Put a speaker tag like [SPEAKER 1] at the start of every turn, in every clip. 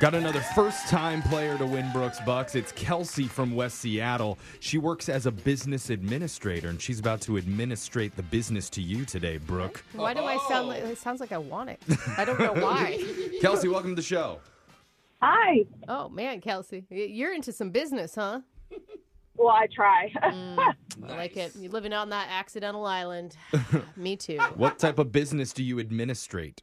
[SPEAKER 1] Got another first time player to win Brooks Bucks. It's Kelsey from West Seattle. She works as a business administrator and she's about to administrate the business to you today, Brooke.
[SPEAKER 2] Why do I sound like it sounds like I want it? I don't know why.
[SPEAKER 1] Kelsey, welcome to the show.
[SPEAKER 3] Hi.
[SPEAKER 2] oh man, Kelsey, y- you're into some business, huh?
[SPEAKER 3] Well, I try.
[SPEAKER 2] I like it. You're living on that accidental island. Me too.
[SPEAKER 1] What type of business do you administrate?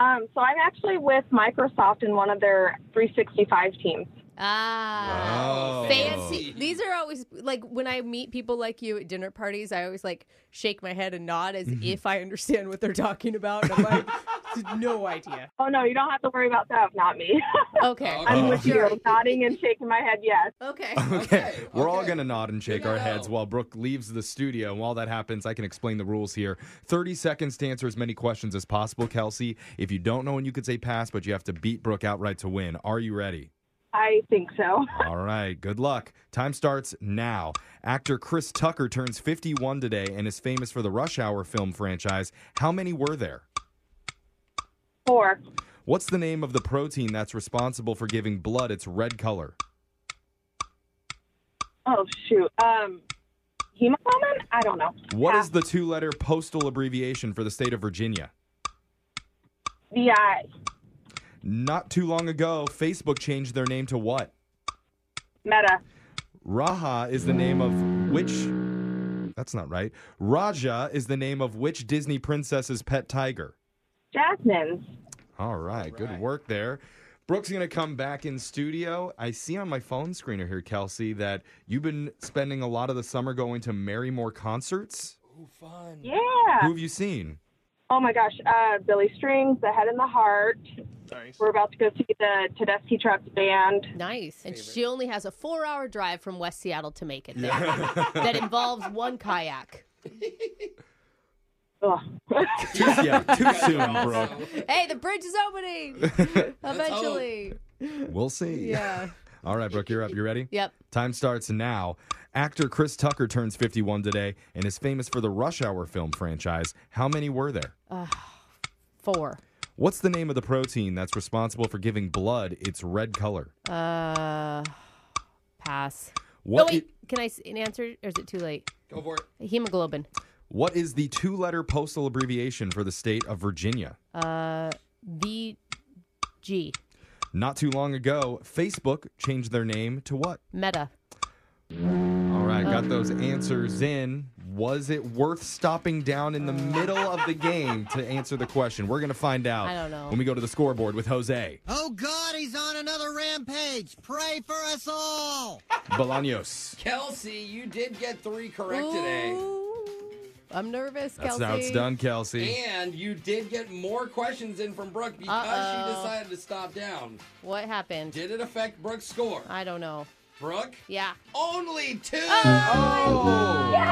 [SPEAKER 3] um, so I'm actually with Microsoft in one of their 365 teams.
[SPEAKER 2] Ah,
[SPEAKER 1] Wow.
[SPEAKER 2] fancy. These are always like when I meet people like you at dinner parties, I always like shake my head and nod as if I understand what they're talking about. And I'm like, "Dude, no idea.
[SPEAKER 3] Oh no, you don't have to worry about that. Not me.
[SPEAKER 2] Okay.
[SPEAKER 3] I'm
[SPEAKER 1] Oh.
[SPEAKER 3] with you, nodding and shaking my head. Yes.
[SPEAKER 2] Okay.
[SPEAKER 1] Okay. We're all
[SPEAKER 4] okay.
[SPEAKER 1] going to nod and shake our
[SPEAKER 4] to
[SPEAKER 1] heads
[SPEAKER 4] know.
[SPEAKER 1] while Brooke leaves the studio. And while that happens, I can explain the rules here. 30 seconds to answer as many questions as possible, Kelsey. If you don't know, and you could say pass, but you have to beat Brooke outright to win. Are you ready?
[SPEAKER 3] I think so.
[SPEAKER 1] All right, good luck. Time starts now. Actor Chris Tucker turns 51 today and is famous for the Rush Hour film franchise. How many were there?
[SPEAKER 3] Four.
[SPEAKER 1] What's the name of the protein that's responsible for giving blood its red color?
[SPEAKER 3] Oh shoot. Um, hemoglobin? I don't know.
[SPEAKER 1] What
[SPEAKER 3] Pass.
[SPEAKER 1] is the two letter postal abbreviation for the state of Virginia?
[SPEAKER 3] VI?
[SPEAKER 1] Not too long ago, Facebook changed their name to what?
[SPEAKER 3] Meta.
[SPEAKER 1] Raha is the name of which. That's not right. Raja is the name of which Disney princess's pet tiger?
[SPEAKER 3] Jasmine's.
[SPEAKER 1] All right, good work there. Brooke's going to come back in studio. I see on my phone screener here, Kelsey, that you've been spending a lot of the summer going to Marymore concerts.
[SPEAKER 4] Ooh, fun.
[SPEAKER 3] Yeah.
[SPEAKER 1] Who have you seen?
[SPEAKER 3] Oh my gosh. Uh, Billy Strings, The Head and the Heart.
[SPEAKER 4] Nice.
[SPEAKER 3] We're about to go see the Tedeschi Trucks band.
[SPEAKER 2] Nice. And she only has a four hour drive from West Seattle to make it there. that involves one kayak.
[SPEAKER 3] Ugh.
[SPEAKER 1] Too, yeah, too soon, Brooke.
[SPEAKER 2] Hey, the bridge is opening eventually.
[SPEAKER 1] We'll see.
[SPEAKER 2] Yeah.
[SPEAKER 1] All right, Brooke, you're up. You ready?
[SPEAKER 2] Yep.
[SPEAKER 1] Time starts now. Actor Chris Tucker turns 51 today and is famous for the Rush Hour film franchise. How many were there?
[SPEAKER 2] Four.
[SPEAKER 1] What's the name of the protein that's responsible for giving blood its red color?
[SPEAKER 2] Uh, pass.
[SPEAKER 1] What
[SPEAKER 2] oh, wait.
[SPEAKER 1] i-
[SPEAKER 2] Can I s- an answer or is it too late?
[SPEAKER 4] Go for it.
[SPEAKER 2] Hemoglobin.
[SPEAKER 1] What is the two letter postal abbreviation for the state of Virginia?
[SPEAKER 2] Uh, VG.
[SPEAKER 1] Not too long ago, Facebook changed their name to what?
[SPEAKER 2] Meta.
[SPEAKER 1] All right, got those answers in. Was it worth stopping down in the middle of the game to answer the question? We're going to find out
[SPEAKER 2] I don't know.
[SPEAKER 1] when we go to the scoreboard with Jose
[SPEAKER 5] Oh God, he's on another rampage. Pray for us all.
[SPEAKER 1] Bolaños.
[SPEAKER 4] Kelsey, you did get three correct today.
[SPEAKER 2] Ooh, I'm nervous,
[SPEAKER 1] That's
[SPEAKER 2] Kelsey.
[SPEAKER 1] how it's done, Kelsey.
[SPEAKER 4] And you did get more questions in from Brooke because
[SPEAKER 2] Uh-oh.
[SPEAKER 4] she decided to stop down.
[SPEAKER 2] What happened?
[SPEAKER 4] Did it affect Brooke's score?
[SPEAKER 2] I don't know.
[SPEAKER 4] Brooke,
[SPEAKER 2] Uh, Yeah.
[SPEAKER 4] only two.
[SPEAKER 1] Oh,
[SPEAKER 4] No, you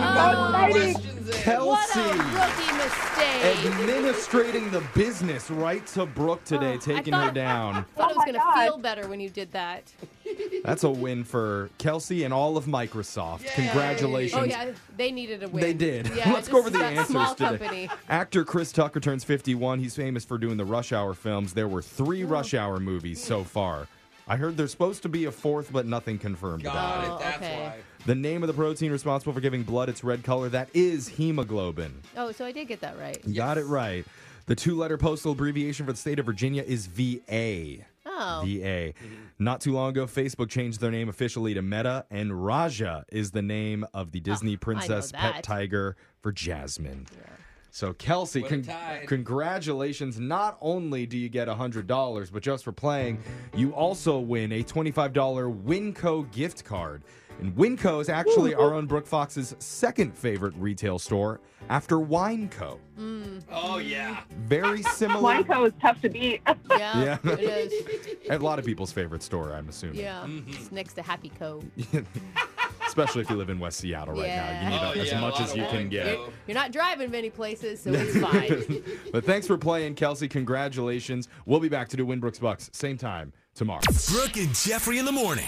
[SPEAKER 4] got more
[SPEAKER 3] exciting.
[SPEAKER 4] questions in.
[SPEAKER 1] Kel-
[SPEAKER 2] Oh, What a
[SPEAKER 1] Kelsey.
[SPEAKER 2] rookie mistake.
[SPEAKER 1] administrating the business right to Brooke today,
[SPEAKER 2] Oh, I
[SPEAKER 1] taking her
[SPEAKER 2] thought-
[SPEAKER 1] down.
[SPEAKER 2] thought it was
[SPEAKER 3] Oh my
[SPEAKER 2] going to
[SPEAKER 3] God.
[SPEAKER 2] feel better when you did that. Oh,
[SPEAKER 1] That's a win for Kelsey and all of Microsoft. Congratulations.
[SPEAKER 2] Oh, yeah. They needed a win.
[SPEAKER 1] They did.
[SPEAKER 2] Yeah,
[SPEAKER 1] Let's go over the
[SPEAKER 2] just that
[SPEAKER 1] answers
[SPEAKER 2] small
[SPEAKER 1] today.
[SPEAKER 2] company.
[SPEAKER 1] Actor Chris Tucker turns 51. He's famous for doing the Rush Hour films. There were three
[SPEAKER 2] Oh.
[SPEAKER 1] Rush Hour movies
[SPEAKER 2] Hmm.
[SPEAKER 1] so far. I heard there's supposed to be a fourth, but nothing confirmed about
[SPEAKER 4] Got
[SPEAKER 2] Oh,
[SPEAKER 4] it. That's
[SPEAKER 2] okay.
[SPEAKER 4] why.
[SPEAKER 1] it. The name of the protein responsible for giving blood its red color, that is hemoglobin.
[SPEAKER 2] Oh, so I did get that right.
[SPEAKER 1] You Got it right. The two letter postal abbreviation for the state of Virginia is VA.
[SPEAKER 2] Oh.
[SPEAKER 1] VA. Not too long ago, Facebook changed their name officially to Meta, and Raja is the name of the Disney princess pet
[SPEAKER 2] that.
[SPEAKER 1] tiger for Jasmine. So, Kelsey,
[SPEAKER 4] What a
[SPEAKER 1] con-
[SPEAKER 4] tie.
[SPEAKER 1] congratulations. Not only do you get $100, but just for playing, you also win a $25 Winco gift card. And Winco is actually our own Brook Fox's second favorite retail store after Wineco.
[SPEAKER 4] Oh, yeah.
[SPEAKER 1] Very similar.
[SPEAKER 3] Wineco is tough to beat.
[SPEAKER 2] Yeah.
[SPEAKER 1] Yeah.
[SPEAKER 2] It is.
[SPEAKER 1] A lot of people's favorite store, I'm assuming.
[SPEAKER 2] Yeah. It's next to Happy Co.
[SPEAKER 1] Especially if you live in West Seattle right now. You need
[SPEAKER 2] Yeah.
[SPEAKER 1] a-
[SPEAKER 4] Oh,
[SPEAKER 1] as
[SPEAKER 4] yeah, a
[SPEAKER 1] much
[SPEAKER 4] lot
[SPEAKER 1] as
[SPEAKER 4] of
[SPEAKER 1] you can
[SPEAKER 4] wine
[SPEAKER 1] get.
[SPEAKER 4] go.
[SPEAKER 2] Uh, You're not driving many places, so it's fine.
[SPEAKER 1] but thanks for playing, Kelsey. Congratulations. We'll be back to do Winbrooks Bucks same time tomorrow.
[SPEAKER 6] Brooke and Jeffrey in the morning.